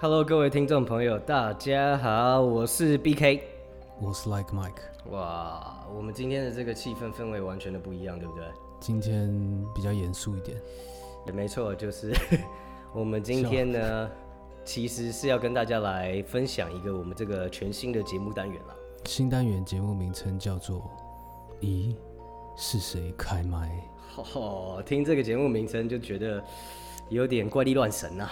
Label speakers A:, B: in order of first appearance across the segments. A: Hello，各位听众朋友，大家好，我是 BK。
B: 我是 Like Mike。
A: 哇，我们今天的这个气氛氛围完全的不一样，对不对？
B: 今天比较严肃一点，
A: 也没错，就是 我们今天呢，其实是要跟大家来分享一个我们这个全新的节目单元了。
B: 新单元节目名称叫做“咦，是谁开麦
A: 哦，听这个节目名称就觉得有点怪力乱神呐、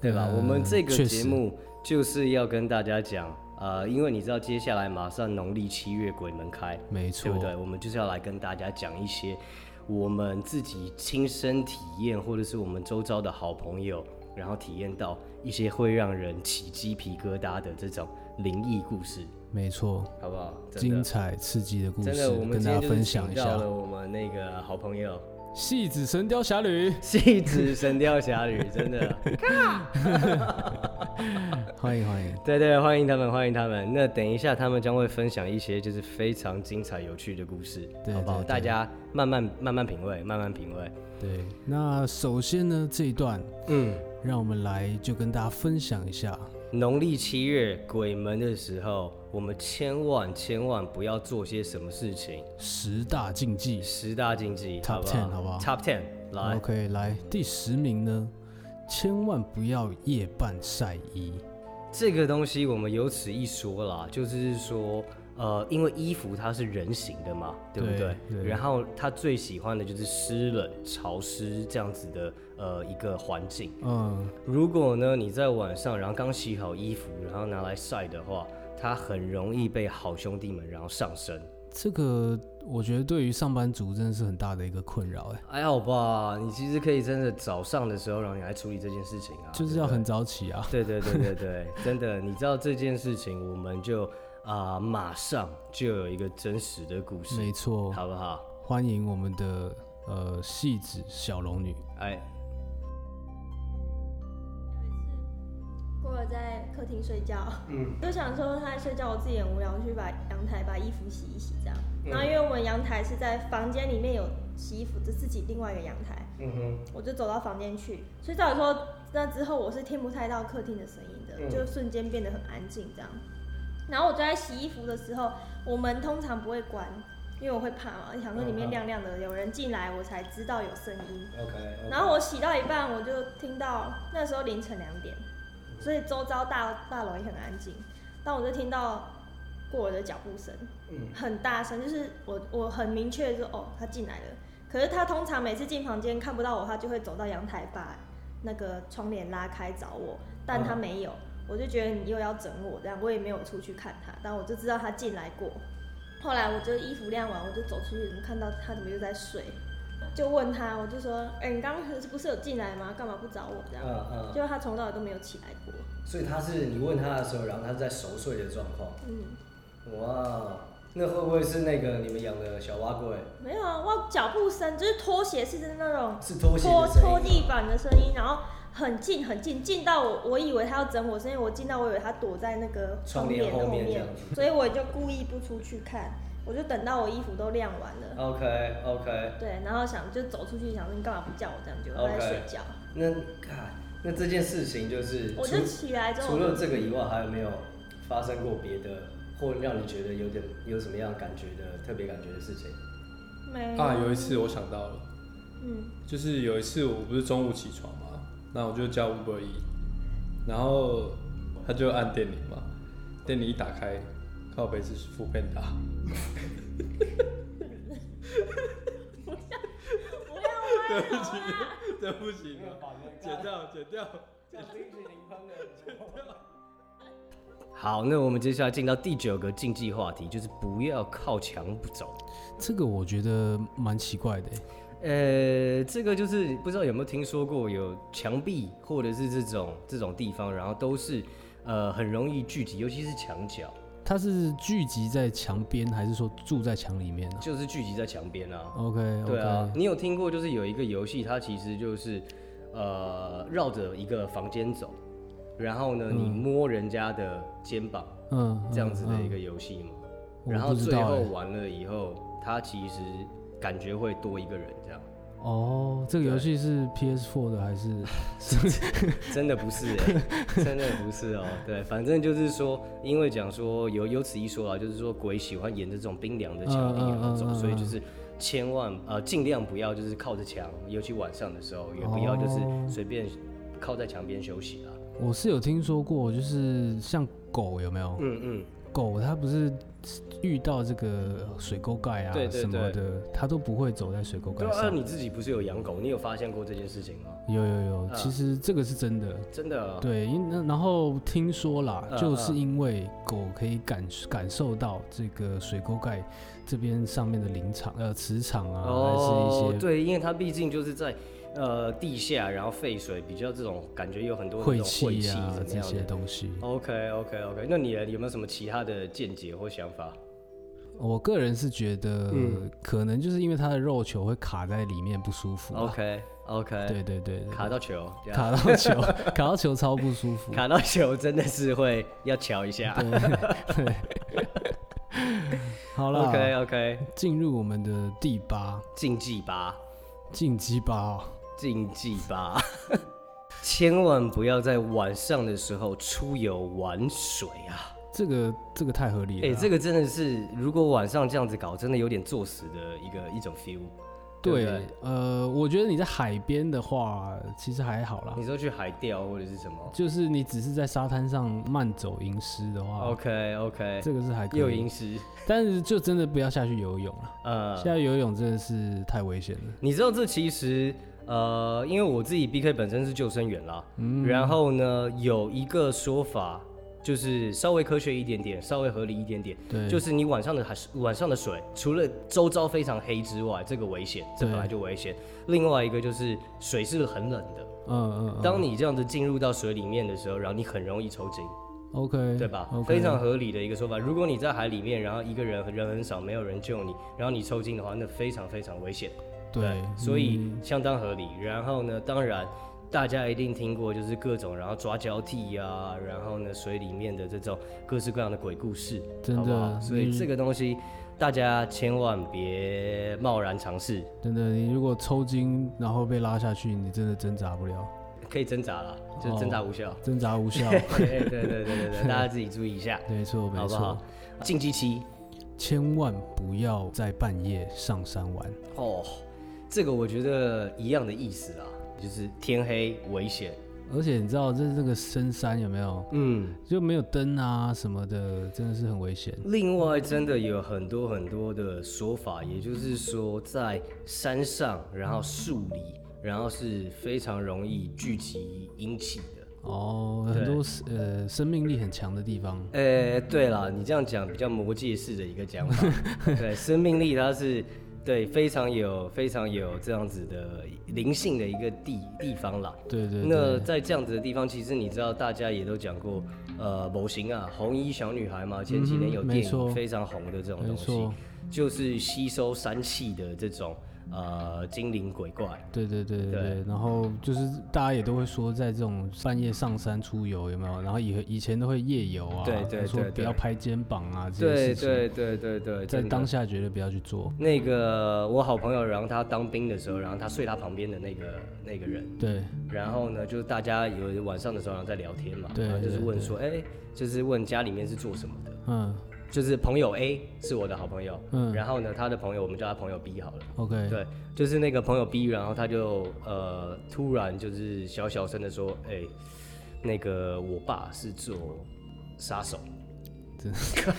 A: 对吧？
B: 嗯
A: 我们这个
B: 确
A: 节
B: 实
A: 目就是要跟大家讲，呃，因为你知道接下来马上农历七月鬼门开，”？
B: 没
A: 对
B: 错
A: 不，对？我们就是要来跟大家讲一些我们自己亲身体验，或者是我们周遭的好朋友，然后体验到一些会让人起鸡皮疙瘩的这种灵异故事，
B: 没错，
A: 好不好？真
B: 精
A: 的，
B: 彩刺激的故
A: 真
B: 事
A: 的，我们
B: 跟
A: 今
B: 大家
A: 天就是
B: 分享
A: 请
B: 一
A: 到
B: 下
A: 了。我们那个好朋友。
B: 戏子《神雕侠侣
A: 戏子《神雕侠侣》真 的，》，
B: 欢迎欢迎，
A: 对对，欢迎他们，欢迎他们。那等一下，他们将会分享一些就是非常精彩有趣的故事，
B: 对
A: 好不好？
B: 对对
A: 大家慢慢慢慢品味，慢慢品味。
B: 对，那首先呢这一段，
A: 嗯，
B: 让我们来就跟大家分享一下，
A: 农历七月鬼门的时候，我们千万千万不要做些什么事情。
B: 十大禁忌。
A: 十大禁忌
B: Top 10好不好
A: t o p ten 来，
B: OK，来第十名呢，千万不要夜半晒衣。
A: 这个东西我们有此一说啦，就是说，呃，因为衣服它是人形的嘛，对不对？
B: 对对
A: 然后他最喜欢的就是湿冷、潮湿这样子的呃一个环境。
B: 嗯，
A: 如果呢你在晚上，然后刚洗好衣服，然后拿来晒的话，它很容易被好兄弟们然后上身。
B: 这个我觉得对于上班族真的是很大的一个困扰，哎，
A: 还好吧，你其实可以真的早上的时候，然后你来处理这件事情啊，
B: 就是要很早起啊。
A: 对对对对对，真的，你知道这件事情，我们就啊、马上就有一个真实的故事，
B: 没错，
A: 好不好？
B: 欢迎我们的呃戏子小龙女。
A: 哎，
C: 过了在客厅睡觉，嗯， 就想说他在睡觉，我自己很无聊，我去把阳台把衣服洗一洗这样。然后因为我们阳台是在房间里面有洗衣服，这自己另外一个阳台，
A: 嗯哼，
C: 我就走到房间去。所以照理说，那之后我是听不太到客厅的声音的，
A: 嗯
C: 就瞬间变得很安静这样。然后我就在洗衣服的时候，我门通常不会关，因为我会怕嘛，想说里面亮亮的，有人进来我才知道有声音。
A: ，OK，
C: 然后我洗到一半，我就听到那时候凌晨两点，所以周遭大大楼也很安静，但我就听到过儿的脚步声，很大声，就是我我很明确地说哦，他进来了。可是他通常每次进房间看不到我，他就会走到阳台把那个窗帘拉开找我，但他没有，我就觉得你又要整我这样，我也没有出去看他，但我就知道他进来过。后来我就衣服晾完，我就走出去，怎么看到他怎么又在睡？就问他，我就说，哎、你刚刚不是有进来吗？干嘛不找我这样？
A: 嗯嗯，
C: 结果他从头到尾都没有起来过。
A: 所以他是你问他的时候，然后他是在熟睡的状况，
C: 嗯，
A: 哇，那会不会是那个你们养的小蛙龟？
C: 没有啊，哇，脚步声就是拖鞋是那种
A: 是拖鞋
C: 拖
A: 的声音啊
C: 拖地板的声音，然后很近很近，近到我我以为他要整我，是因为我近到我以为他躲在那个
A: 窗
C: 窗
A: 帘
C: 帘
A: 后
C: 后
A: 面
C: 面，
A: 这样子
C: 所以我就故意不出去看，我就等到我衣服都晾完了，
A: ，OK OK，
C: 对，然后想就走出去，想说你干嘛不叫我这样，就
A: OK
C: 他在睡觉
A: 那看那这件事情就是
C: 我
A: 除
C: 就起来之后
A: 除，了这个以外，还有没有发生过别的，或让你觉得有点有什么样感觉的特别感觉的事情？
C: 没
D: 啊，有一次我想到了，
C: 嗯，
D: 就是有一次我不是中午起床嘛，那我就叫 Uber E，然后他就按电铃嘛，电铃一打开，靠北是副片打，
C: 不要歪头 啦。
D: 这不行啊，剪掉剪掉，
A: 好，那我们接下来进到第九个禁忌话题，就是不要靠墙不走。
B: 这个我觉得蛮奇怪的欸，
A: 呃，这个就是不知道有没有听说过，有墙壁或者是这种这种地方，然后都是呃很容易聚集，尤其是墙角，
B: 它是聚集在墙边，还是说住在墙里面呢啊
A: 就是聚集在墙边啊。
B: ？OK，
A: 对啊，你有听过就是有一个游戏，它其实就是呃绕着一个房间走，然后呢、你摸人家的肩膀
B: 嗯，
A: 这样子的一
B: 个，
A: 个游戏嘛，
B: 嗯我
A: 然后
B: 不知
A: 最
B: 道
A: 后
B: 欸
A: 完了以后，它其实感觉会多一个人这样。
B: 嗯哦，这个游戏是 PS4 的还是？
A: 真的不是、 欸，真的不是哦。对，反正就是说，因为讲说有有此一说啊，就是说鬼喜欢沿着这种冰凉的墙壁
B: 嗯嗯
A: 然后走，
B: 嗯嗯
A: 所以就是千万呃尽量不要就是靠着墙，尤其晚上的时候也不要
B: 哦
A: 就是随便靠在墙边休息啦。啊
B: 我是有听说过，就是像狗有没有？
A: 嗯嗯，
B: 狗它不是遇到这个水沟盖啊
A: 对对
B: 什么
A: 对
B: 的，它都不会走在水沟盖
A: 对啊，
B: 上。
A: 你自己不是有养狗，你有发现过这件事情吗？
B: 有有有，
A: 嗯
B: 其实这个是真的。
A: 真的啊，
B: 对，因那然后听说啦，
A: 嗯
B: 就是
A: 嗯
B: 因为狗可以感感受到这个水沟盖这边上面的林场呃磁场啊，还是一
A: 哦
B: 些
A: 对，因为它毕竟就是在呃地下，然后废水比较这种感觉有很多那
B: 晦
A: 种晦
B: 气
A: 气
B: 啊
A: 怎么
B: 这
A: 样
B: 些
A: 的。
B: 东西。
A: OK OK OK，那你呢有没有什么其他的见解或想法？
B: 我个人是觉得，
A: 嗯
B: 可能就是因为它的肉球会卡在里面不舒服啊。
A: OK OK，
B: 对对对，
A: 卡到球，这样
B: 卡到球， 卡到球超不舒服。
A: 卡到球真的是会要瞧一下。
B: 好了
A: OK OK，
B: 进入我们的第八
A: 竞技吧，
B: 晋级吧、哦。
A: 竞技吧， 千万不要在晚上的时候出游玩水啊！
B: 这个这个太合理了
A: 哎、
B: 啦。
A: 这个真的是，如果晚上这样子搞，真的有点作死的一个一种 feel。对
B: 对
A: 不对
B: 呃，我觉得你在海边的话，其实还好啦
A: 你。说去海钓或者是什么
B: 就是你只是在沙滩上慢走吟诗的话
A: ？OK OK，
B: 这个是还可以。
A: 又吟诗，
B: 但是就真的不要下去游泳了。
A: 呃，
B: 下去游泳真的是太危险了。
A: 你知道这其实呃，因为我自己 BK 本身是救生员啦，
B: 嗯
A: 然后呢有一个说法就是稍微科学一点点，稍微合理一点点，
B: 对，
A: 就是你晚上的还是晚上的水，除了周遭非常黑之外，这个危险，这本来就危险。另外一个就是水是很冷的，
B: 嗯嗯嗯
A: 当你这样子进入到水里面的时候，然后你很容易抽筋。
B: ，OK，
A: 对吧
B: OK
A: 非常合理的一个说法。如果你在海里面，然后一个人人很少，没有人救你，然后你抽筋的话，那非常非常危险。
B: 对，
A: 所以
B: 嗯
A: 相当合理。然后呢，当然大家一定听过，就是各种然后抓交替啊，然后呢水里面的这种各式各样的鬼故事，
B: 真的嗯
A: 好不好所以
B: 你
A: 这个东西大家千万别贸然尝试，
B: 真的，你如果抽筋然后被拉下去，你真的挣扎不了，
A: 可以挣扎啦，就是
B: 哦
A: 挣扎无 效。
B: 挣扎 无效。
A: 对对对对对对，大家自己注意一下，
B: 没错
A: 好
B: 没
A: 不
B: 错，
A: 好？禁忌期
B: 千万不要在半夜上山玩。
A: 哦，这个我觉得一样的意思啦，就是天黑危险。
B: 而且你知道，这这个深山有没有
A: 嗯，
B: 就没有灯啊什么的，真的是很危险。
A: 另外，真的有很多很多的说法，也就是说，在山上，然后树里，然后是非常容易聚集阴气的。
B: 哦，很多呃生命力很强的地方，
A: 呃、对了，你这样讲比较魔界式的一个讲法， 对，生命力它是对非常有非常有这样子的灵性的一个地地方啦。
B: 对对
A: 那
B: 对，
A: 在这样子的地方，其实你知道，大家也都讲过，呃，某型啊，红衣小女孩嘛，前几年有
B: 嗯哼
A: 电
B: 没错
A: 影非常红的这种
B: 没
A: 东西
B: 错，，
A: 就是吸收三气的这种呃精灵鬼怪。
B: 对对对对
A: 对
B: 对。然后就是大家也都会说，在这种半夜上山出游有没有？然后以以前都会夜游啊，
A: 对对对
B: 说
A: 对
B: 不要拍肩膀啊这些
A: 对
B: 事情，
A: 对对对对，
B: 在
A: 真的
B: 当下绝对不要去做。
A: 那个我好朋友，然后他当兵的时候，然后他睡他旁边的那个那个人，
B: 对，
A: 然后呢，就是大家有晚上的时候然后在聊天嘛，
B: 对
A: 然后就是
B: 对
A: 问说，哎，就是问家里面是做什么的，
B: 嗯
A: 就是朋友 A 是我的好朋友，
B: 嗯
A: 然后呢，他的朋友我们叫他朋友 B 好了。
B: ，OK，
A: 对，就是那个朋友 B，然后他就呃突然就是小小声的说，哎、那个我爸是做杀手，
B: 真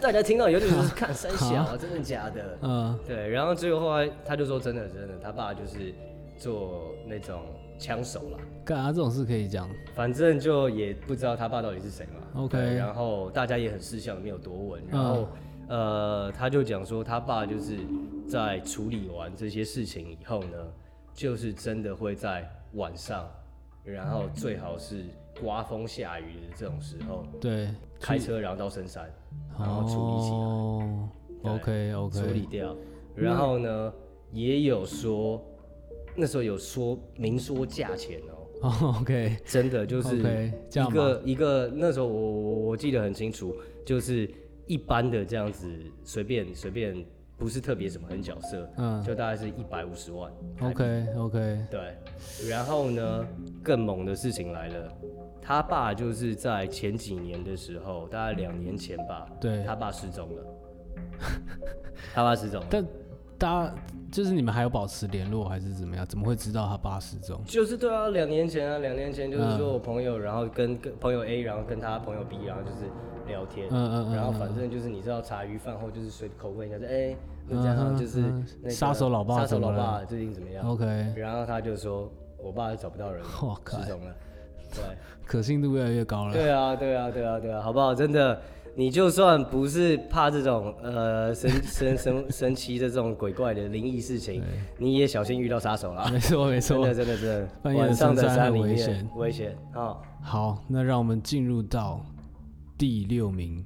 A: 大家听到以后就觉得看三小、啊，真的假的？
B: 嗯，
A: 对，然后最后后来他就说真的真的，他爸就是做那种枪手啦，
B: 干啊这种事可以讲，
A: 反正就也不知道他爸到底是谁嘛。
B: OK 嗯
A: 对然后大家也很识相，没有多问。然后、呃，他就讲说，他爸就是在处理完这些事情以后呢，就是真的会在晚上，然后最好是刮风下雨的这种时候，
B: 对，
A: 开车然后到深山，然后处理起来。
B: 哦，OK
A: 处
B: OK，
A: 理掉。然后呢，也有说那时候有说明说价钱哦，
B: 哦 OK，
A: 真的就是
B: OK，这
A: 一
B: 样吗
A: 个一个那时候我我我记得很清楚，就是一般的这样子随便随便不是特别什么狠角色，
E: 嗯
A: 就大概是一百五十万。
E: ，OK OK，
A: 对，然后呢，更猛的事情来了，他爸就是在前几年的时候，大概两年前吧，
E: 对
A: 他爸失踪了， 他爸失踪了，
E: 但大家就是你们还有保持联络还是怎么样？怎么会知道他爸失踪？
A: 就是对啊，两年前啊，两年前就是
E: 嗯
A: 说我朋友，然后跟跟朋友 A，然后跟他朋友 B，然后就是聊天，
E: 嗯嗯嗯
A: 然后
E: 嗯
A: 反正就是你知道茶余饭后就是随口问一下说，哎，那加上就是
E: 嗯嗯
A: 那个
E: 杀手老爸
A: 杀手
E: 怎么
A: 老爸
E: 了
A: 最近怎么样
E: OK
A: 然后他就说，我爸找不到人了，
E: 哇靠
A: 失踪了，对。
E: 可信度越来越高了。
A: 对啊，对啊，对啊，对啊，好不好？真的，你就算不是怕这种呃神神神 神奇的这种鬼怪的灵异事情，你也小心遇到杀手啦。
E: 没错没
A: 真
E: 错
A: 的，。真的，真的，
E: 半夜的
A: 晚上的
E: 深山
A: 山
E: 很
A: 里
E: 危
A: 面
E: 险
A: 危险啊！
E: 好，那让我们进入到第六名，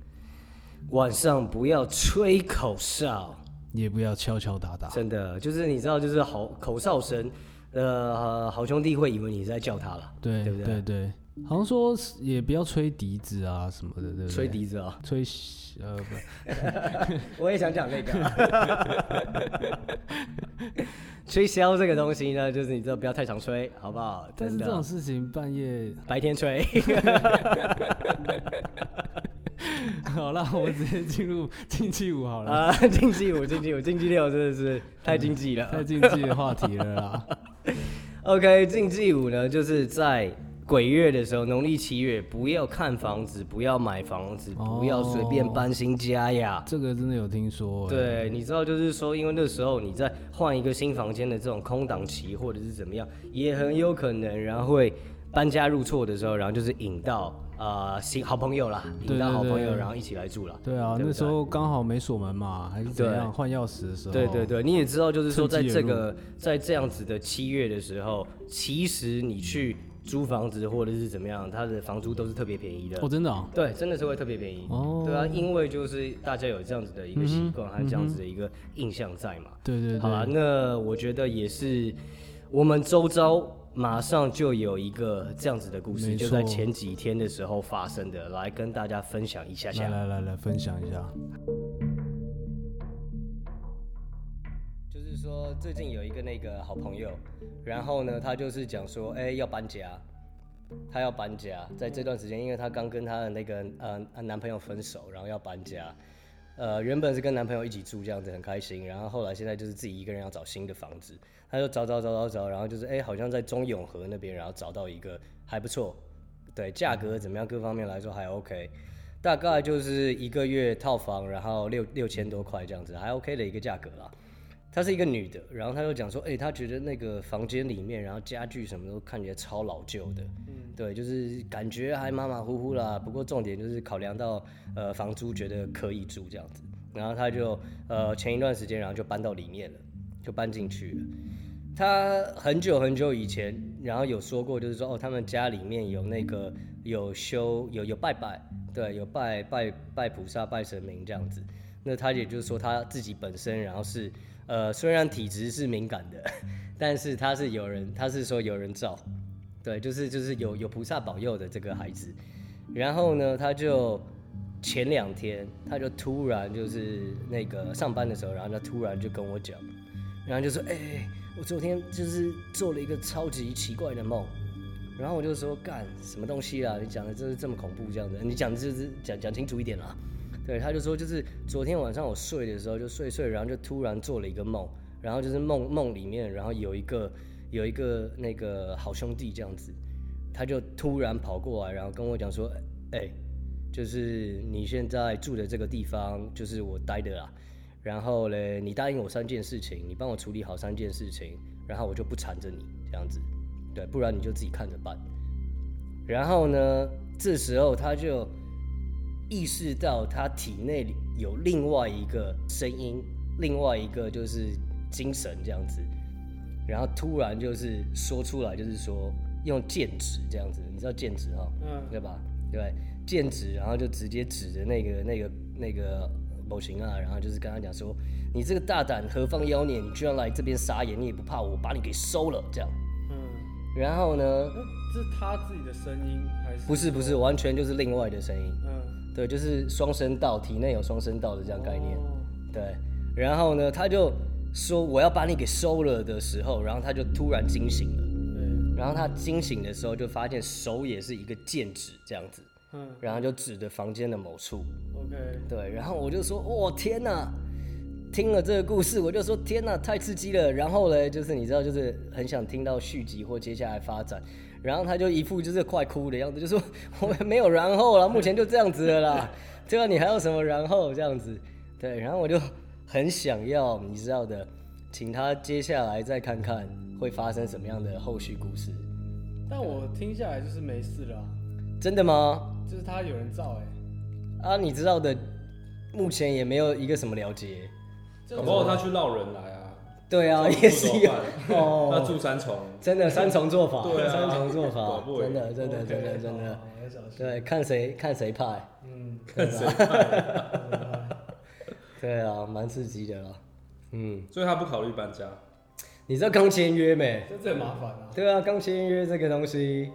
A: 晚上不要吹口哨，
E: 也不要敲敲打打。
A: 真的就是你知道，就是好口哨声，呃，好兄弟会以为你在叫他了，
E: 对
A: 对不
E: 对对，好像说是也不要吹笛子啊什么的，对不对？
A: 吹笛子啊、
E: 吹西呃不，
A: 我也想讲这个。 吹箫这个东西呢，就是你知道不要太常吹，好不好？
E: 但是这
A: 真的啊
E: 种事情半夜，
A: 白天吹，
E: 好了，我们直接进入星期五 好 了，
A: 啊，星期五、星期五、星期六真的是太禁忌了。
E: 太禁忌的话题了啦。
A: OK，禁忌五呢，就是在鬼月的时候，农历七月，不要看房子，不要买房子，
E: 哦
A: 不要随便搬新家呀。
E: 这个真的有听说、欸，
A: 对，你知道，就是说，因为那时候你在换一个新房间的这种空档期，或者是怎么样，也很有可能，然后会搬家入错的时候，然后就是引到啊新好朋友啦，引
E: 对
A: 到
E: 对
A: 好朋友，
E: 对
A: 然后一起来住啦。
E: 对啊，
A: 对不
E: 那
A: 对
E: 时候刚好没锁门嘛，还是怎
A: 对
E: 样换钥匙的时候，哦
A: 对对对，你也知道，就是说，在
E: 趁机
A: 这
E: 而入
A: 个在这样子的七月的时候，其实你去租房子或者是怎么样，它的房租都是特别便宜的。
E: 哦真的、哦，
A: 对，真的是会特别便宜。
E: 哦嗯
A: 对啊，因为就是大家有这样子的一个习惯和这样子的一个印象在嘛。
E: 对对
A: 好啦，
E: 对，
A: 那我觉得也是，我们周遭马上就有一个这样子的故事，
E: 没
A: 就在
E: 错
A: 前几天的时候发生的，来跟大家分享一下下
E: 来。来来来分享一下，
A: 就是说最近有一个那个好朋友，然后呢，他就是讲说，哎、要搬家，他要搬家，在这段时间，因为他刚跟他的那个呃呃男朋友分手，然后要搬家。呃，原本是跟男朋友一起住这样子很开心，然后后来现在就是自己一个人要找新的房子，他就找找找找找，然后就是哎、好像在中永和那边，然后找到一个还不错，对，价格怎么样，各方面来说还 OK，大概就是一个月套房，然后六六千多块这样子，还 OK 的一个价格啦。她是一个女的，然后她就讲说，哎、她觉得那个房间里面，然后家具什么都看起来超老旧的，对，就是感觉还马马虎虎啦。不过重点就是考量到呃房租，觉得可以住这样子，然后她就呃前一段时间，然后就搬到里面了，就搬进去了。她很久很久以前，然后有说过，就是说哦，他们家里面有那个有修有有拜拜，对，有拜拜拜菩萨、拜神明这样子。那她也就是说，她自己本身，然后是呃，虽然体质是敏感的， 但是她是有人，她是说有人照，对，就是就是有有菩萨保佑的这个孩子。然后呢，她就前两天，她就突然就是那个上班的时候，然后她突然就跟我讲，然后就说：“哎、我昨天就是做了一个超级奇怪的梦。”然后我就说：“干什么东西啊？你讲的真是这么恐怖这样子？你讲的就是讲讲清楚一点啦。” 对，他就说就是昨天晚上我睡的时候就睡睡，然后就突然做了一个梦，然后就是梦梦里面，然后有一个有一个那个好兄弟这样子，他就突然跑过来，然后跟我讲说：“哎、就是你现在住的这个地方，就是我待的啦。然后嘞，你答应我三件事情，你帮我处理好三件事情，然后我就不缠着你这样子，对，不然你就自己看着办。然后呢，这时候他就意识到他体内里有另外一个声音，另外一个就是精神这样子，然后突然就是说出来，就是说用剑指这样子，你知道剑指哈，嗯，对吧？对，剑指，然后就直接指着那个那个那个某行啊，然后就是跟他讲说，你这个大胆何方妖孽，你居然来这边撒野，你也不怕我把你给收了这样。
D: 嗯，
A: 然后呢，
D: 这是他自己的声音还是
A: 不是不是，完全就是另外的声音，
D: 嗯，哦
A: 对，就是双声道，体内有双声道的这样概念。对，然后呢，他就说我要把你给收了的时候，然后他就突然惊醒了。然后他惊醒的时候就发现手也是一个剑指这样子，
D: 嗯
A: 然后就指着房间的某处。
D: ，OK，
A: 对，然后我就说，我、天哪！听了这个故事，我就说天哪，太刺激了。然后嘞，就是你知道，就是很想听到续集或接下来发展。然后他就一副就是快哭的样子，就说我没有然后了，目前就这样子了啦。对啊，你还有什么然后这样子？对，然后我就很想要，你知道的，请他接下来再看看会发生什么样的后续故事。
D: 但我听下来就是没事了啊、
A: 真的吗？
D: 就是他有人造
E: 欸
D: 哎、
A: 啊，你知道的，目前也没有一个什么了解。
D: 欸，搞不好他去绕人来啊，
A: 对 啊，
D: 这
A: 也是
D: 怎么
A: 有
D: 办他
A: 哦，
D: 住三重，
A: 真的三重做法，
D: 对啊
A: 三重做法
D: 搞，不
A: 真
D: 赢
A: 的真的真的真
E: 哦
A: 的，对，看谁看谁派，
E: 嗯，
D: 看谁，
A: 对啊，蛮刺激的啦。嗯，
D: 所以他不考虑搬家。
A: 你知道刚签约没？
E: 这最麻烦啊。
A: 对啊，刚签约这个东西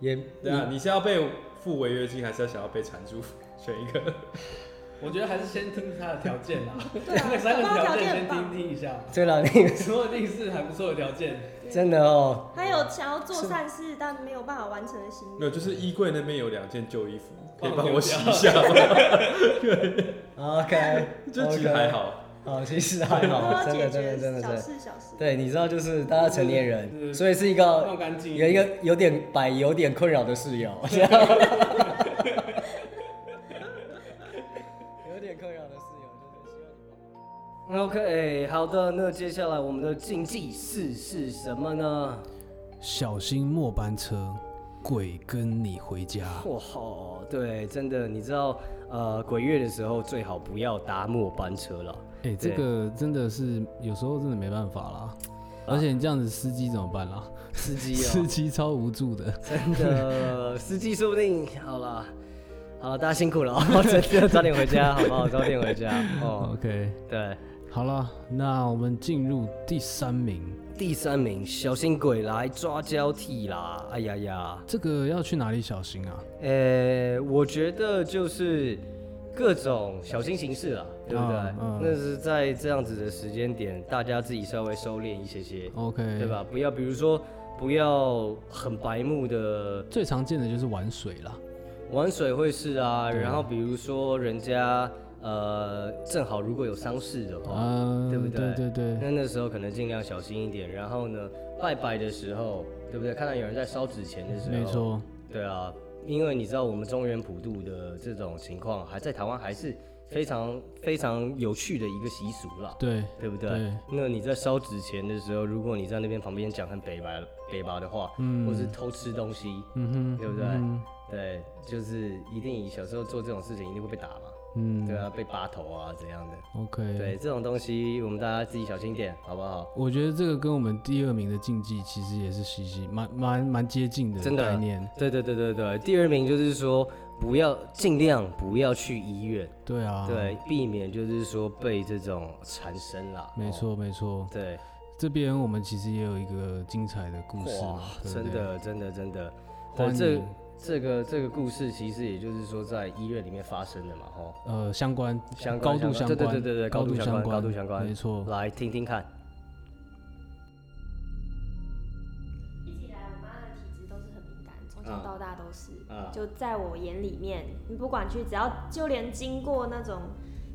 A: 也
D: 对啊，你是要被付违约金，还是要想要被缠住？ 选一个。
E: 我觉得还是先听他的条件啦，
F: 对啊
E: 那 三个
F: 搞不好
E: 条
F: 条件
E: 件先
F: 很
E: 听
F: 棒
E: 听一下，
A: 对啦，你
E: 说不定是还不错的条件。
A: 真的哦，
F: 还有想要做善事但没有办法完成的心
D: 没
F: 愿。
D: 有，就是衣柜那边有两件旧衣服，可
E: 帮
D: 以
E: 我
D: 帮
E: 丢
D: 我洗
E: 掉
D: 一下吗？
A: OK，
D: 就其实
A: OK
D: 还。好，啊
A: 哦，其实还
F: 都
A: 好，
F: 要
A: 真
F: 解
A: 的真
F: 决
A: 的真的真
F: 小
A: 的，
F: 事小事。
A: 对，你知道就是大家成年人，
E: 是
A: 所以是一个
E: 弄干净
A: 有一个有点摆有点困扰的室友， 有点困扰的室友，就是希望你帮忙。OK，好的，那接下来我们的禁忌是是什么呢？
E: 小心末班车，鬼跟你回家。
A: 哇吼，对，真的，你知道，呃，鬼月的时候最好不要搭末班车了。
E: 哎、这
A: 对啊
E: 个真的是有时候真的没办法啦，而且你这样子司机怎么办啦？
A: 司机哦、
E: 司机超无助的。
A: 真的，司机说不定好了，好了，大家辛苦了、哦，真的早点回家，好不好？早点回家哦。
E: OK，
A: 对，
E: 好了，那我们进入第三名，
A: 第三名，小心鬼来抓交替啦！哎呀呀，
E: 这个要去哪里小心啊？
A: 呃、我觉得就是各种小心行事啦，对不对？
E: 嗯嗯
A: 那是在这样子的时间点，大家自己稍微收敛一些些，
E: OK，
A: 对？吧？不要，比如说不要很白目的
E: 最常见的就是玩水啦，
A: 玩水会是啊，然后比如说人家呃，正好如果有丧事的话，
E: 嗯、
A: 哦对不对
E: 对对对，
A: 那那时候可能尽量小心一点。然后呢，拜拜的时候，对不对？看到有人在烧纸钱的时候，
E: 没，错，
A: 对啊，因为你知道我们中原普渡的这种情况，还在台湾还是非常非常有趣的一个习俗啦，
E: 对
A: 对不对？
E: 对，
A: 那你在烧纸钱的时候，如果你在那边旁边讲很北白北白的话，
E: 嗯
A: 或是偷吃东西，
E: 嗯哼，
A: 对不对
E: 嗯
A: 对，就是一定小时候做这种事情一定会被打嘛，
E: 嗯
A: 对啊，被扒头啊怎样的，
E: ，OK，
A: 对，这种东西我们大家自己小心点，好不好？
E: 我觉得这个跟我们第二名的竞技其实也是息息蛮蛮蛮接近的
A: 真的
E: 概念。
A: 对对对对对，第二名就是说不要尽量不要去医院，
E: 对啊，，
A: 对，避免就是说被这种缠身啦，
E: 没
A: 哦，
E: 错没错。
A: 对，
E: 这边我们其实也有一个精彩的故事
A: 哇
E: 嘛，，对不
A: 真
E: 对，
A: 的真的真的，对，
E: 欢
A: 这
E: 迎
A: 这个这个故事其实也就是说在医院里面发生的嘛，吼，
E: 呃相关
A: 相关
E: 高度
A: 相
E: 相
A: 关
E: 关，
A: 对对对对对
E: 高
A: 高度相
E: 相
A: 关高度相关
E: 没错。
A: 来听听看，
C: 一直以来，我妈的体质都是很敏感，从
A: 啊
C: 小到大都是。
A: 啊
C: 就在我眼里面，你不管去，只要就连经过那种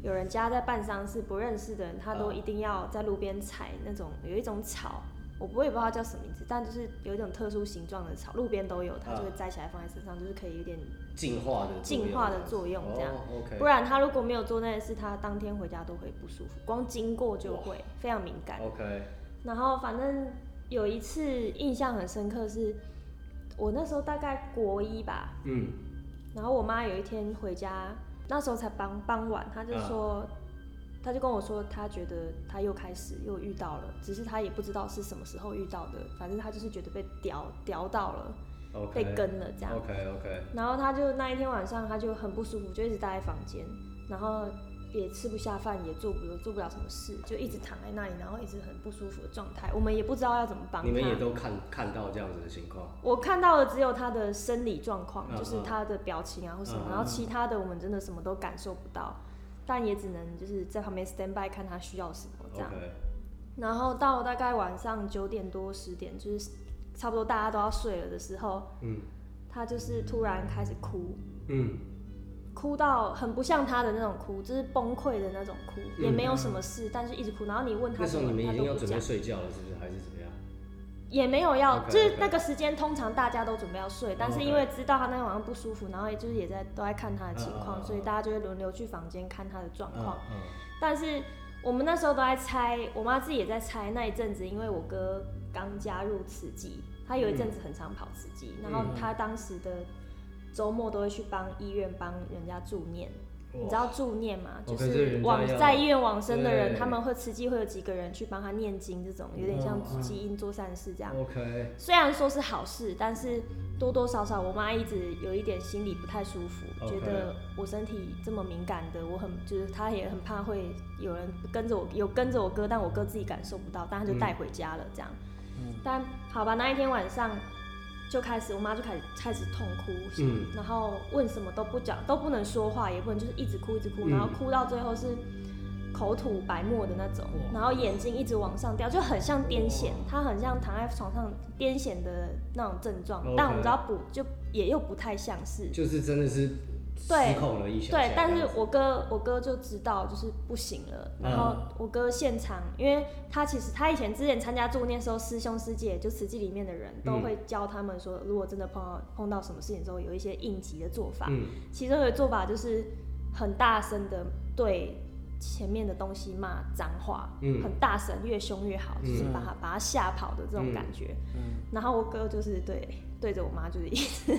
C: 有人家在办丧事不认识的人，他都
A: 啊
C: 一定要在路边采那种有一种草，我不我也不知道它叫什么名字，但就是有一种特殊形状的草，路边都有，他
A: 啊
C: 就会摘起来放在身上，就是可以有点。
A: 进化的
C: 进
A: 作用
C: 化的作用这样
A: 哦，OK，
C: 不然他如果没有做那件事，他当天回家都会不舒服，光经过就
A: 哇
C: 会非常敏感。
A: OK，
C: 然后反正有一次印象很深刻是，我那时候大概国一吧，
A: 嗯。
C: 然后我妈有一天回家，那时候才傍傍晚，她就说，
A: 啊
C: 她就跟我说，她觉得她又开始又遇到了，只是她也不知道是什么时候遇到的，反正她就是觉得被叼叼到了，
A: OK，
C: 被跟了这样。
A: OK OK，
C: 然后她就那一天晚上，她就很不舒服，就一直待在房间，然后也吃不下饭，也做不做不了什么事，就一直躺在那里，然后一直很不舒服的状态。我们也不知道要怎么帮她。
A: 你们也都看看到这样子的情况，
C: 我看到的只有他的生理状况
A: 嗯，
C: 就是他的表情啊或什么
A: 嗯，
C: 然后其他的我们真的什么都感受不到。但也只能就是在旁边 stand by 看他需要什么这样。
A: OK，
C: 然后到大概晚上九点多十点，就是差不多大家都要睡了的时候，
A: 嗯
C: 他就是突然开始哭，
A: 嗯
C: 哭到很不像他的那种哭，就是崩溃的那种哭，
A: 嗯
C: 也没有什么事，但是一直哭。然后你问他
A: 那时
C: 什
A: 候你
C: 么，
A: 们
C: 他
A: 已经
C: 都
A: 要
C: 不
A: 准备
C: 讲，
A: 睡觉了，是不是？还是怎么样？
C: 也没有要
A: OK，OK
C: 就是那个时间通常大家都准备要睡，但是
A: OK
C: 因为知道他那天晚上不舒服，然后也就是也在都在看他的情
A: 嗯嗯
C: 况，
A: 嗯
C: 所以大家就会轮流去房间看他的状况。
A: 嗯
C: 但是我们那时候都在猜，我妈自己也在猜那一阵子，因为我哥刚加入慈济，他有一阵子很常跑慈济，然后他当时的周末都会去帮医院帮人家助念。
A: 嗯
C: 你知道助念吗？
A: 哦
C: 就
A: 可是人
C: 是
A: 家
C: 往
A: 要
C: 在医院往生的人，
A: 对
C: 他们会慈济会有几个人去帮他念经，这种有点
A: 嗯
C: 像基因做善事这样。
A: OK，
C: 虽然说是好事，但是多多少少我妈一直有一点心里不太舒服
A: OK
C: 觉得我身体这么敏感的，我很就是她也很怕会有人跟着我，有跟着我哥，但我哥自己感受不到，但她就带回家了这样。
A: 嗯
C: 但好吧，那一天晚上就开始，我妈就开始开始痛哭，
A: 嗯
C: 然后问什么都不讲，都不能说话，也不能就是一直哭一直哭，
A: 嗯
C: 然后哭到最后是口吐白沫的那种，然后眼睛一直往上掉，就很像癫痫，她很像躺在床上癫痫的那种症状
A: OK
C: 但我们知道不就也又不太像是。
A: 就是真的是
C: 对
A: 失控了一小下
C: 对，但是我哥我哥就知道就是不行了，然后我哥现场，因为他其实他以前之前参加助念的时候，师兄师姐就慈济里面的人都
A: 嗯
C: 会教他们说，如果真的碰到碰到什么事情之后，有一些应急的做法。
A: 嗯
C: 其中有一个做法就是很大声的对前面的东西骂脏话，
A: 嗯
C: 很大声，越凶越好，就是把他把他吓跑的这种感觉。然后我哥就是对对着我妈就是一直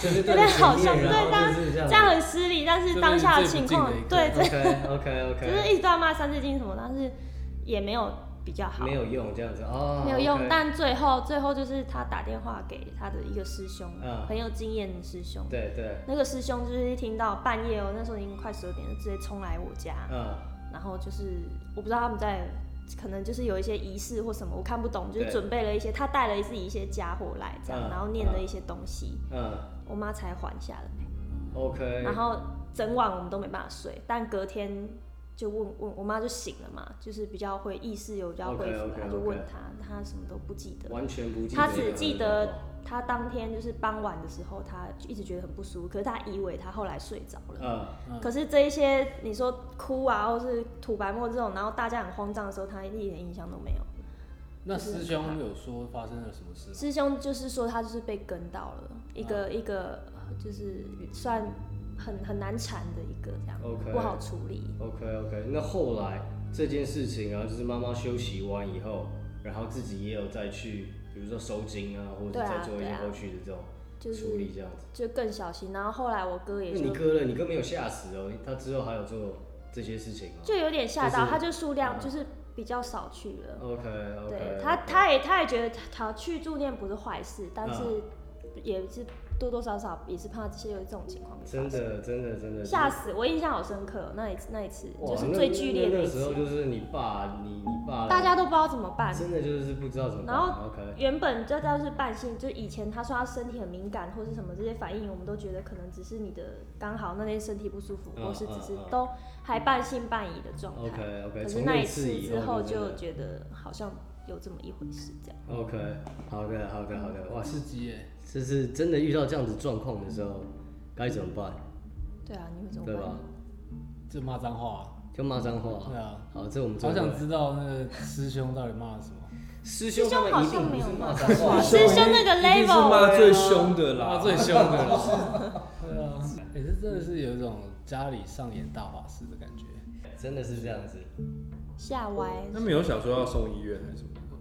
A: 就是
C: 有点好
A: 笑，
C: 像对
A: 然
C: 当
A: 后就是这
C: 这
A: 样
C: 样很失礼，但是当下的情况
D: 这是最不敬的一个
C: 对这
A: OK OK
C: 就是
A: OK，
C: 一直都要骂三字经什么，但是也没有比较好，
A: 没有用这样子哦，
C: 没有用。
A: OK
C: 但最后最后就是他打电话给他的一个师兄，
A: 嗯
C: 很有经验的师兄。
A: 对对，
C: 那个师兄就是一听到半夜哦、那时候已经快十二点了，就直接冲来我家，
A: 嗯
C: 然后就是我不知道他们在，可能就是有一些仪式或什么，我看不懂，就是
A: 对
C: 准备了一些，他带了自己一些家伙来这样，
A: 嗯
C: 然后念了一些东西，
A: 嗯
C: 我妈才缓下来。
A: OK，
C: 然后整晚我们都没办法睡，但隔天就问问我妈就醒了嘛，就是比较会意识有比较恢复
A: OK，OK，OK
C: 她就问她，她什么都不记得，
A: 完全不记得，
C: 她只记得她当天就是傍晚的时候，她一直觉得很不舒服，可是她以为她后来睡着了。
A: 嗯
C: 可是这一些你说哭啊，或是吐白沫这种，然后大家很慌张的时候，她一点印象都没有。
E: 那师兄有说发生了什么事
A: 啊
E: 吗？
C: 师兄就是说他就是被跟到了一个、
A: 嗯
C: 一个，呃就是算很很难缠的一个这样
A: OK
C: 不好处理。
A: OK OK，那后来这件事情啊，就是妈妈休息完以后，然后自己也有再去，比如说收金啊，或者
C: 对啊
A: 再做一
C: 对
A: 些
C: 啊
A: 后续的这种
C: 就是
A: 处理这样子。
C: 就更小心。然后后来我哥
A: 那
C: 也
A: 你
C: 就
A: 哥呢？你哥没有吓死哦，他之后还有做这些事情哦吗
C: 就有点吓
A: 就
C: 到，
A: 是
C: 他就数量就是比较少去了。
A: ？OK OK，
C: 对他，他也他也觉得他去住店不是坏事，但
A: 嗯
C: 是也是多多少少也是怕这些有这种情况
A: 真
C: 发生。
A: 的真的真的
C: 吓死我，印象好深刻。那一次那一次
A: 哇
C: 就是
A: 那
C: 最剧烈
A: 那
C: 的
A: 那
C: 一
A: 时候
C: 次，
A: 就是你爸，你你爸
C: 大家都不知道怎么办。
A: 真的就是不知道怎么办。
C: 然后
A: OK，
C: 原本这叫是半性，就以前他说他身体很敏感或是什么这些反应，我们都觉得可能只是你的刚好那天身体不舒服，
A: 嗯
C: 或是只是
A: 嗯嗯
C: 都还半信半疑的状态。
A: OK OK，
C: 可是
A: 从
C: 那一
A: 次
C: 次
A: 以
C: 之后
A: 真的
C: 就觉得好像有这么一回事，这样。
A: OK，好的好的好的，哇，是
E: 刺激耶！
A: 就是真的遇到这样子状况的时候该怎么办，
C: 对啊，你会怎么
A: 对
C: 办
A: 吧？？
E: 就骂脏话
A: 就骂脏
E: 啊，
A: 话。
E: 对啊。
A: 好，这我们最
E: 好
A: 后
E: 想知道那个师兄到底骂了什么，
A: 师兄他们一定不是骂脏话，
C: 师兄那个
D: 一定是
C: level，
D: 骂最凶的
A: 啊
D: 啦，
E: 骂最凶 的了。对啊，也、是真的是有一种家里上演大法师的感觉。
A: 真的是这样子。
C: 吓歪。
D: 他们有想说要送医院还是什么的吗？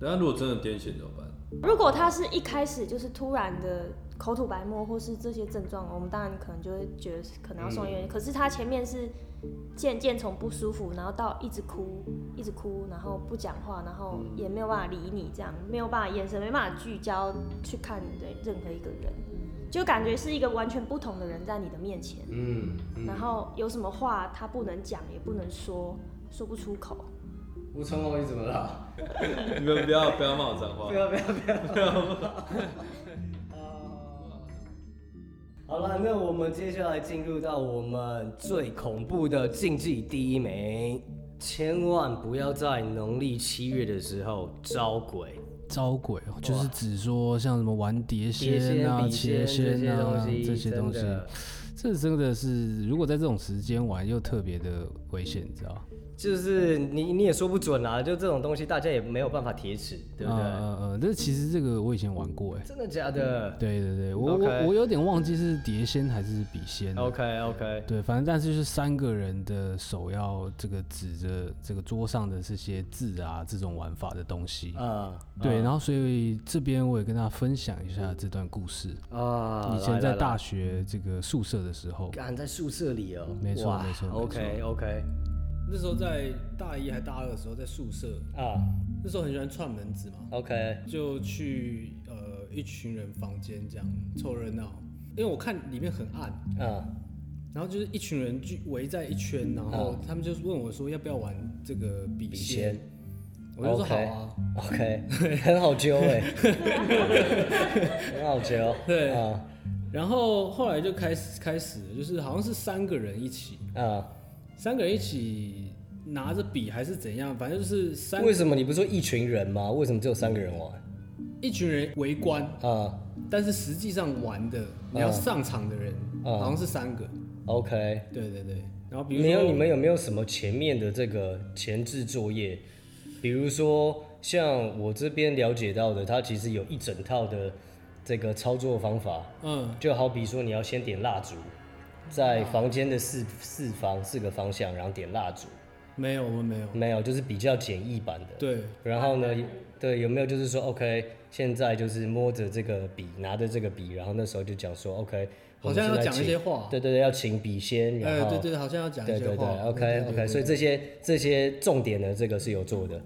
D: 等下如果真的癫痫怎么办？
C: 如果他是一开始就是突然的口吐白沫，或是这些症状，我们当然可能就会觉得可能要送医院。可是他前面是渐渐从不舒服，然后到一直哭，一直哭，然后不讲话，然后也没有办法理你，这样没有办法眼神没办法聚焦去看对任何一个人，就感觉是一个完全不同的人在你的面前。
A: 嗯，嗯
C: 然后有什么话他不能讲，也不能说，说不出口。
A: 吴承浩你怎么了？
D: 你们不要不要骂我脏话
A: 不。要不要不要！好了，那我们接下来进入到我们最恐怖的禁忌第一名，千万不要在农历七月的时候招鬼。
E: 招鬼哦就是指说像什么玩碟
A: 碟
E: 仙啊、
A: 笔
E: 切
A: 仙
E: 仙啊
A: 这
E: 这些
A: 些
E: 东
A: 东
E: 西
A: 西，，
E: 这真的是如果在这种时间玩又特别的危险，你知道吗？
A: 就是你你也说不准啊啦，就这种东西大家也没有办法铁齿，对不对？
E: 呃呃呃，这其实这个我以前玩过哎。
A: 真的假
B: 嗯
A: 的
E: 对对对，我
A: OK
E: 我我有点忘记是碟仙还是笔仙了。
A: ？OK OK，
E: 对，反正但是就是三个人的手要这个指着这个桌上的这些字啊，这种玩法的东西。
B: 嗯
A: 啊，
E: 对，然后所以这边我也跟大家分享一下这段故事。
A: 啊，
E: 以前
A: 来
E: 在
A: 来来
E: 大学这个宿舍的时候，
A: 干在宿舍里哦，
E: 没错
A: 哇
E: 没错没错
A: ，OK OK
B: 那时候在大一还大二的时候，在宿舍，
A: 啊
B: 那时候很喜欢串门子嘛，
A: ，OK，
B: 就去呃一群人房间这样凑热闹，因为我看里面很暗，
A: 啊
B: 然后就是一群人聚围在一圈，然后他们就问我说要不要玩这个笔仙，
A: 嗯笔
B: 我就说好
A: OK
B: 啊，
A: ，OK，很 好揪哎，很好揪，
B: 对
A: 啊
B: 然后后来就开始开始了就是好像是三个人一起，
A: 啊，
B: 三个人一起拿着笔还是怎样，反正就是三
A: 为什么你不是说一群人吗？为什么只有三个人玩？
B: 一群人围观，
A: 啊
B: 但是实际上玩的你要上场的人、
A: 嗯
B: 好像是三个，
A: ，OK，
B: 对对对，然后比如
A: 没
B: 说
A: 有，你们有没有什么前面的这个前置作业？比如说，像我这边了解到的，它其实有一整套的这个操作方法，
B: 嗯
A: 就好比说，你要先点蜡烛，在房间的四四方四个方向，然后点蜡烛，
B: 没有我们没有，
A: 没有，就是比较简易版的。
B: 对
A: 然后呢，对，有没有就是说，OK，现在就是摸着这个笔，拿着这个笔，然后那时候就讲说，OK，
B: 好像要讲一些
A: 话，
B: 话，
A: 对对对，要请笔仙，然
B: 哎
A: 后
B: 对对，好像要讲一
A: 对
B: 些
A: 对对
B: 话
A: ，OK
B: 对
A: OK，所以这些这些重点的这个是有做的，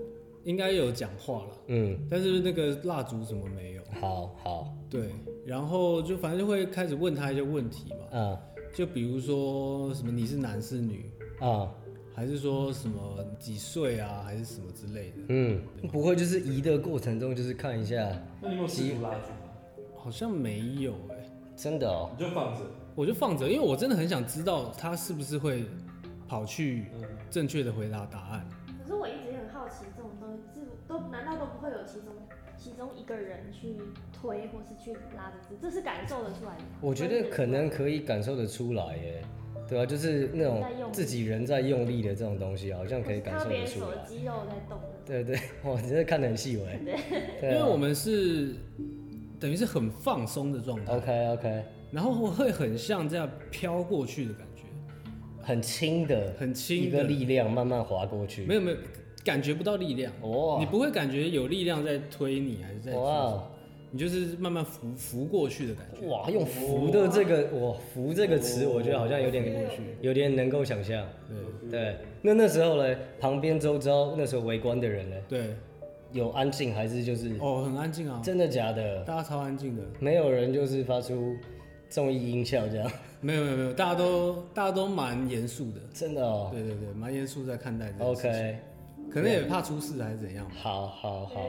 B: 应该有讲话了，
A: 嗯，
B: 但是那个蜡烛什么没有，
A: 好好，
B: 对，然后就反正就会开始问他一些问题嘛，
A: 啊
B: 就比如说什么你是男是女，
A: 啊，
B: 还是说什么几岁啊，还是什么之类的，
A: 嗯，不会就是移的过程中就是看一下，
D: 那你有没有试图蜡烛吗？
B: 好像没有哎、
A: 真的哦，
D: 你就放着，
B: 我就放着，因为我真的很想知道他是不是会跑去
A: 嗯
B: 正确的回答答案。
F: 可是我一直很好奇，这种东西是都难道都不会有其中其中一个人去推或是去拉着字，这是感受得出来的吗。
A: 我觉得可能可以感受得出来耶，对啊，就是那种
F: 在用力
A: 自己人在用力的这种东西，好像可以感
F: 看
A: 受
F: 到别
A: 得
F: 人
A: 出
F: 手
A: 来
F: 的。肌肉在动的。
A: 对对，哇，你真的看得很细微。
B: 因
A: 对
B: 为
A: 啊
B: 我们是等于是很放松的状态，
A: ，OK OK，
B: 然后我会很像这样飘过去的感觉，
A: 很轻的，
B: 很
A: 一
B: 轻
A: 个
B: 的，
A: 力量慢慢滑过去。
B: 没有没有感觉不到力量，
A: 哇
B: 你不会感觉有力量在推你还是在
A: 哇
B: 做，你就是慢慢浮浮过去的感觉。
A: 哇，用“浮”的这个“哇浮”这个词，我觉得好像有点有点能够想象。对，那那时候呢，旁边周遭那时候围观的人呢，
B: 对
A: 有安静还是就是
B: 对，哦，很安静啊，
A: 真的假的？
B: 大家超安静的，
A: 没有人就是发出综艺音效这样，
B: 没有没有没有，大家都大家都蛮严肃的，
A: 真的哦。
B: 对对对，蛮严肃在看待这件事情
A: OK，
B: 可能也怕出事还是怎样吧。
A: 好好好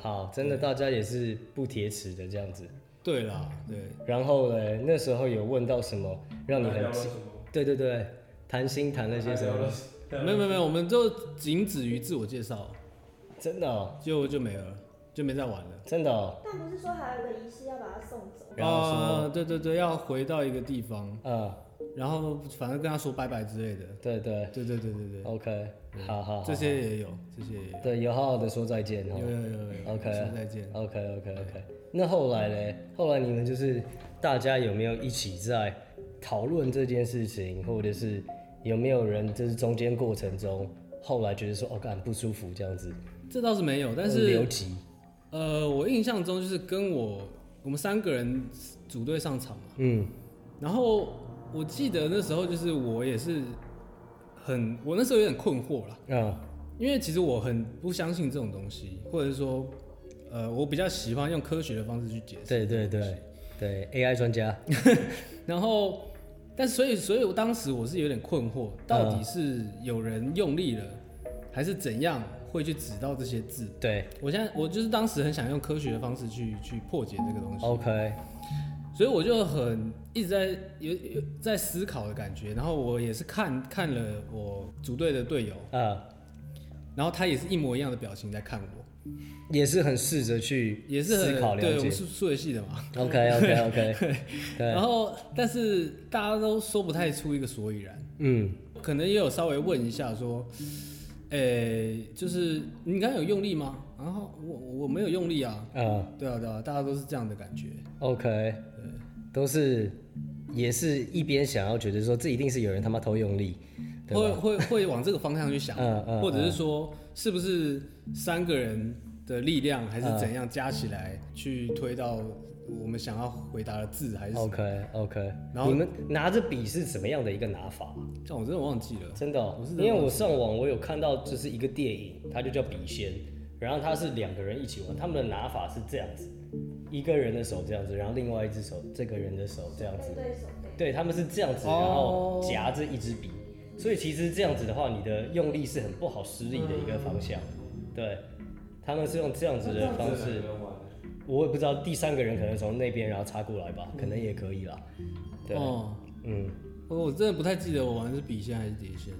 A: 好，真的大家也是不铁齿的这样子。
B: 对啦，对，
A: 然后呢，那时候有问到什么让你
D: 还
A: 很
D: 聊了
A: 气
D: 什？么？
A: 对对对，谈心谈了些什
D: 还聊
A: 么
D: 了？还聊
B: 没
D: 了
B: 有没有没有，我们就仅止于自我介绍，
A: 真的哦，
B: 就就没有了，就没再玩了。
A: 真的哦。
F: 但不是说还有个仪式要把它送走？
A: 然后说
B: 啊，对对对，要回到一个地方，
A: 嗯，
B: 然后反正跟他说拜拜之类的。
A: 对对
B: 对对对对对，
A: ，OK，好好，好
B: 这些也有，这些也有，
A: 对有好好的说再见哦
B: 有。有有有。
A: OK
B: 说再见。
A: OK OK OK，那后来嘞？后来你们就是大家有没有一起在讨论这件事情，或者是有没有人就是中间过程中后来觉得说哦，干不舒服这样子，
B: 这倒是没有，但
A: 留
B: 是
A: 级，
B: 呃，我印象中就是跟我我们三个人组队上场嘛，
A: 嗯
B: 然后我记得那时候就是我也是很，我那时候有点困惑啦。
A: 嗯
B: 因为其实我很不相信这种东西，或者是说，呃，我比较喜欢用科学的方式去解释。
A: 对对对对，AI 专家，
B: 然后，但所以，所以我当时我是有点困惑，到底是有人用力了，还是怎样会去指到这些字？
A: 对哦
B: 我现在我就是当时很想用科学的方式去去破解这个东西，
A: ，OK，
B: 所以我就很一直在有有在思考的感觉。然后我也是看看了我组队的队友，
A: 啊，
B: 然后他也是一模一样的表情在看我，
A: 也是很试着去
B: 也是很
A: 思考了
B: 对，我
A: 解
B: 们。是数学系的嘛。
A: OK OK OK，对，
B: 然后但是大家都说不太出一个所以然，
A: 嗯，
B: 可能也有稍微问一下说，呃、就是你刚刚有用力吗？然后我我没有用力啊，
A: 啊
B: 对啊对啊，大家都是这样的感觉。
A: ，OK，都是也是一边想要觉得说这一定是有人他妈偷用力，对
B: 会
A: 吧？
B: 会会往这个方向去想，
A: 嗯嗯
B: 或者是说是不是三个人的力量还是怎样加起来去推到我们想要回答的字还是什么？
A: OK OK，
B: 然后
A: 你们拿着笔是怎么样的一个拿法？
B: 这哦样我真的忘记了。
A: 真的哦、
B: 我是
A: 因为我上网我有看到就是一个电影，它就叫《笔仙》，然后它是两个人一起玩，他们的拿法是这样子，一个人的手这样子，然后另外一只手这个人的手这样子，
F: 对手对，
A: 对，他们是这样子，
B: 哦
A: 然后夹着一支笔，所以其实这样子的话，你的用力是很不好施力的一个方向，对，他们是用这样子的方式。
B: 哦
A: 我也不知道第三个人可能从那边然后插过来吧，可能也可以啦。对，
B: 哦，
A: 嗯，
B: 我我真的不太记得我玩的是笔仙还是碟仙，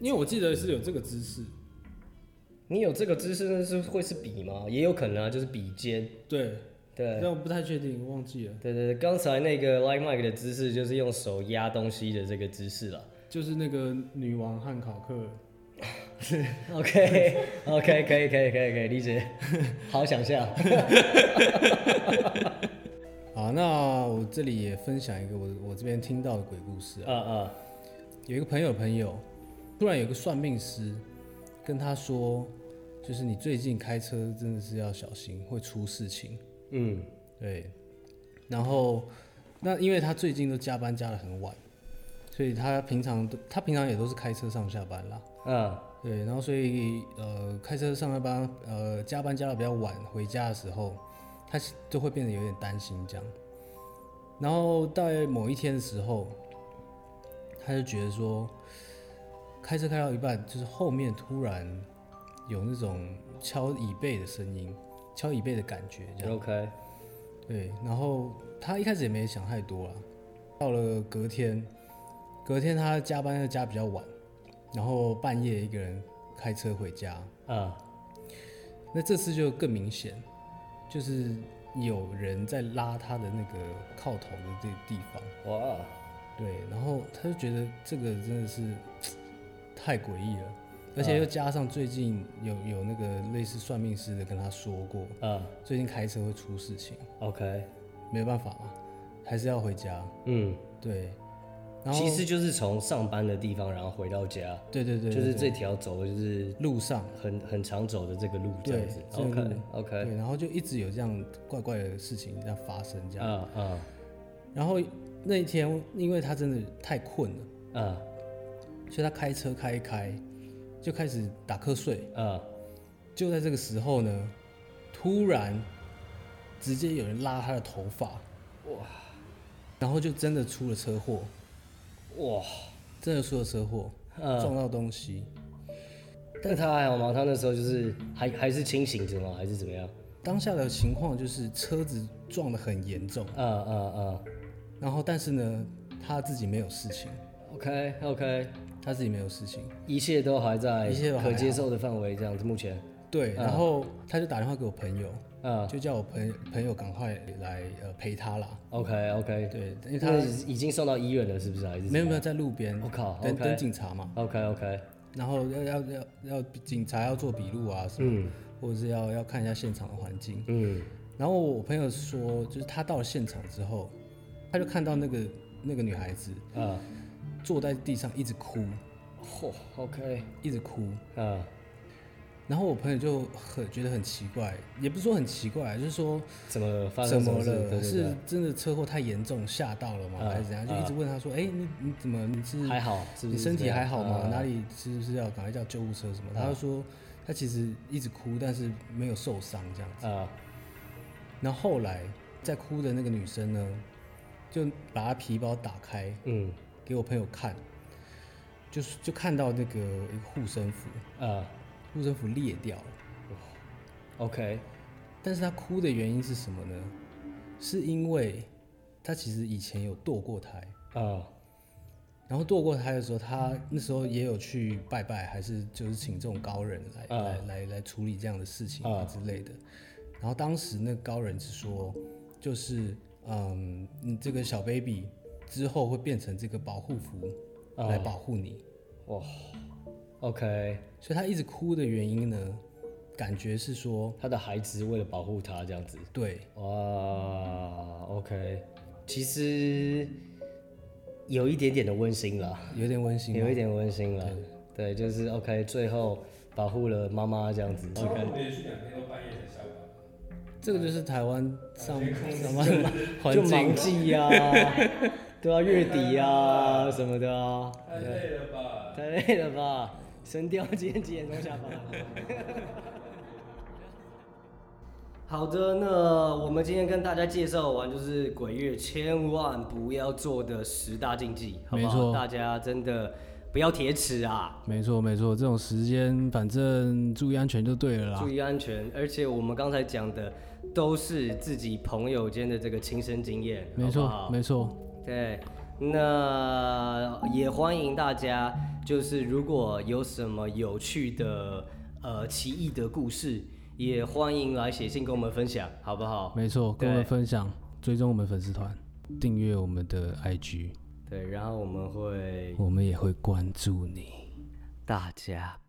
B: 因为我记得是有这个姿势。
A: 你有这个姿势那是会是笔吗？也有可能啊，就是笔尖。
B: 对，
A: 对，
B: 但我不太确定，忘记了，
A: 对对对，刚才那个 Like Mike 的姿势就是用手压东西的这个姿势 了。
B: 就是那个女王汉考克。
A: OK OK，可以可以可以可以理解，好想象。
B: 好，那我这里也分享一个我我这边听到的鬼故事啊。
A: 啊啊
B: 有一个朋友的朋友，突然有个算命师跟他说，就是你最近开车真的是要小心，会出事情。
A: 嗯
B: 对，然后那因为他最近都加班加得很晚，所以他平常都他平常也都是开车上下班啦。
A: 啊
B: 对，然后所以呃开车上下班呃加班加到比较晚，回家的时候他就会变得有点担心这样。然后在某一天的时候，他就觉得说，开车开到一半，就是后面突然有那种敲椅背的声音，敲椅背的感觉这样。
A: ，OK，
B: 对，然后他一开始也没想太多啦。到了隔天，隔天他加班又加比较晚，然后半夜一个人开车回家。
A: 啊
B: 那这次就更明显，就是有人在拉他的那个靠头的这个地方。
A: 哇，
B: 对，然后他就觉得这个真的是太诡异了，而且又加上最近有有那个类似算命师的跟他说过，
A: 啊
B: 最近开车会出事情，
A: OK，
B: 没办法嘛，还是要回家。
A: 嗯，
B: 对，然后
A: 其实就是从上班的地方然后回到家，
B: 对对对，
A: 就
B: 对
A: 是
B: 对
A: 这条走的就是
B: 路上，
A: 很很常走的这个路这
B: 对
A: 样子。
B: 这个
A: OK
B: 路
A: OK，
B: 对，然后就一直有这样怪怪的事情在发生这
A: 啊
B: 样。
A: 啊
B: 然后那一天，因为他真的太困了，
A: 啊
B: 所以他开车开一开就开始打瞌睡。
A: 啊
B: 就在这个时候呢，突然直接有人拉他的头发，哇！然后就真的出了车祸，
A: 哇，
B: 真的出了车祸，
A: 啊
B: 撞到东西。
A: 但他还好吗？他那时候就是还还是清醒着吗？还是怎么样？
B: 当下的情况就是车子撞得很严重，
A: 啊啊啊
B: 然后但是呢，他自己没有事情，
A: ，OK OK，
B: 他自己没有事情。
A: 一切都还在
B: 一切都还好
A: 可接受的范围，这样子目前。
B: 对，
A: 嗯
B: 然后他就打电话给我朋友，
A: 啊
B: 就叫我朋朋友赶快来呃陪他啦。
A: ，OK OK，
B: 对，因为
A: 因为
B: 他
A: 他已经送到医院了，是不是？还是
B: 没有没有在路边，
A: 我靠
B: 等
A: 哦 OK
B: 等警察嘛，
A: ？OK OK，
B: 然后要要要要警察要做笔录啊什么，
A: 嗯
B: 或者是要要看一下现场的环境。
A: 嗯，
B: 然后我朋友说，就是他到了现场之后，他就看到那个那个女孩子
A: 啊，
B: 坐在地上一直哭，
A: 嚯，OK，
B: 一直哭，
A: 啊，
B: 然后我朋友就很觉得很奇怪，也不是说很奇怪，就是说
A: 怎么发
B: 怎
A: 生
B: 么
A: 事
B: 了？
A: 对对
B: 是
A: 对
B: 真的车祸太严重吓到了吗？
A: 啊
B: 还是怎样？就一直问他说：“哎、你你怎么？你是
A: 还好，是不
B: 你
A: 是？
B: 身体还好吗？
A: 啊
B: 哪？里是不是要赶快叫救护车什么？”他就说他其实一直哭，但是没有受伤这样子。
A: 啊
B: 然后后来在哭的那个女生呢，就把她皮包打开
A: 嗯
B: 给我朋友看，就是就看到那个一个护身符，
A: 啊
B: 护身符裂掉了。
A: ，OK，
B: 但是她哭的原因是什么呢？是因为他其实以前有堕过胎，
A: 哦，
B: 然后堕过胎的时候，他那时候也有去拜拜，还是就是请这种高人来、
A: 啊
B: 来来来处理这样的事情啊
A: 啊
B: 之类的。然后当时那高人是说，就是嗯，你这个小 baby 之后会变成这个保护符
A: 啊
B: 来保护你。
A: 哇，OK，
B: 所以他一直哭的原因呢，感觉是说，
A: 他的孩子为了保护他这样子，
B: 对，
A: 哇，OK，其实有一点点的温馨啦，
B: 有点温馨嘛，啊
A: 有一点温馨啦，对，就是 OK，最后保护了妈妈这样子，
B: 哦
D: 连续两天都半夜才下班。
B: 这个就是台湾上上班的环
A: 就
B: 境
A: 忙。季 呀、啊，对啊，月底呀、啊、什么的啊，
D: 太累了吧？
A: 太累了吧？ 神雕今天几点钟下班？ 好的，那我们今天跟大家介绍完就是鬼月千万不要做的十大禁忌，好不
E: 没
A: 好？
E: 错
A: 大家真的不要铁齿啊，
E: 没错没错，这种时间反正注意安全就对了啦
A: 注。意安全。而且我们刚才讲的都是自己朋友间的这个亲身经验，
E: 没
A: 好不
E: 错
A: 好
E: 没错，
A: 对，那也欢迎大家，就是如果有什么有趣的呃奇异的故事，也欢迎来写信跟我们分享，好不好？
E: 没错，跟
A: 对
E: 我们分享，追踪我们粉丝团，订阅我们的 IG，
A: 对，然后我们会
E: 我们也会关注你。
A: 大家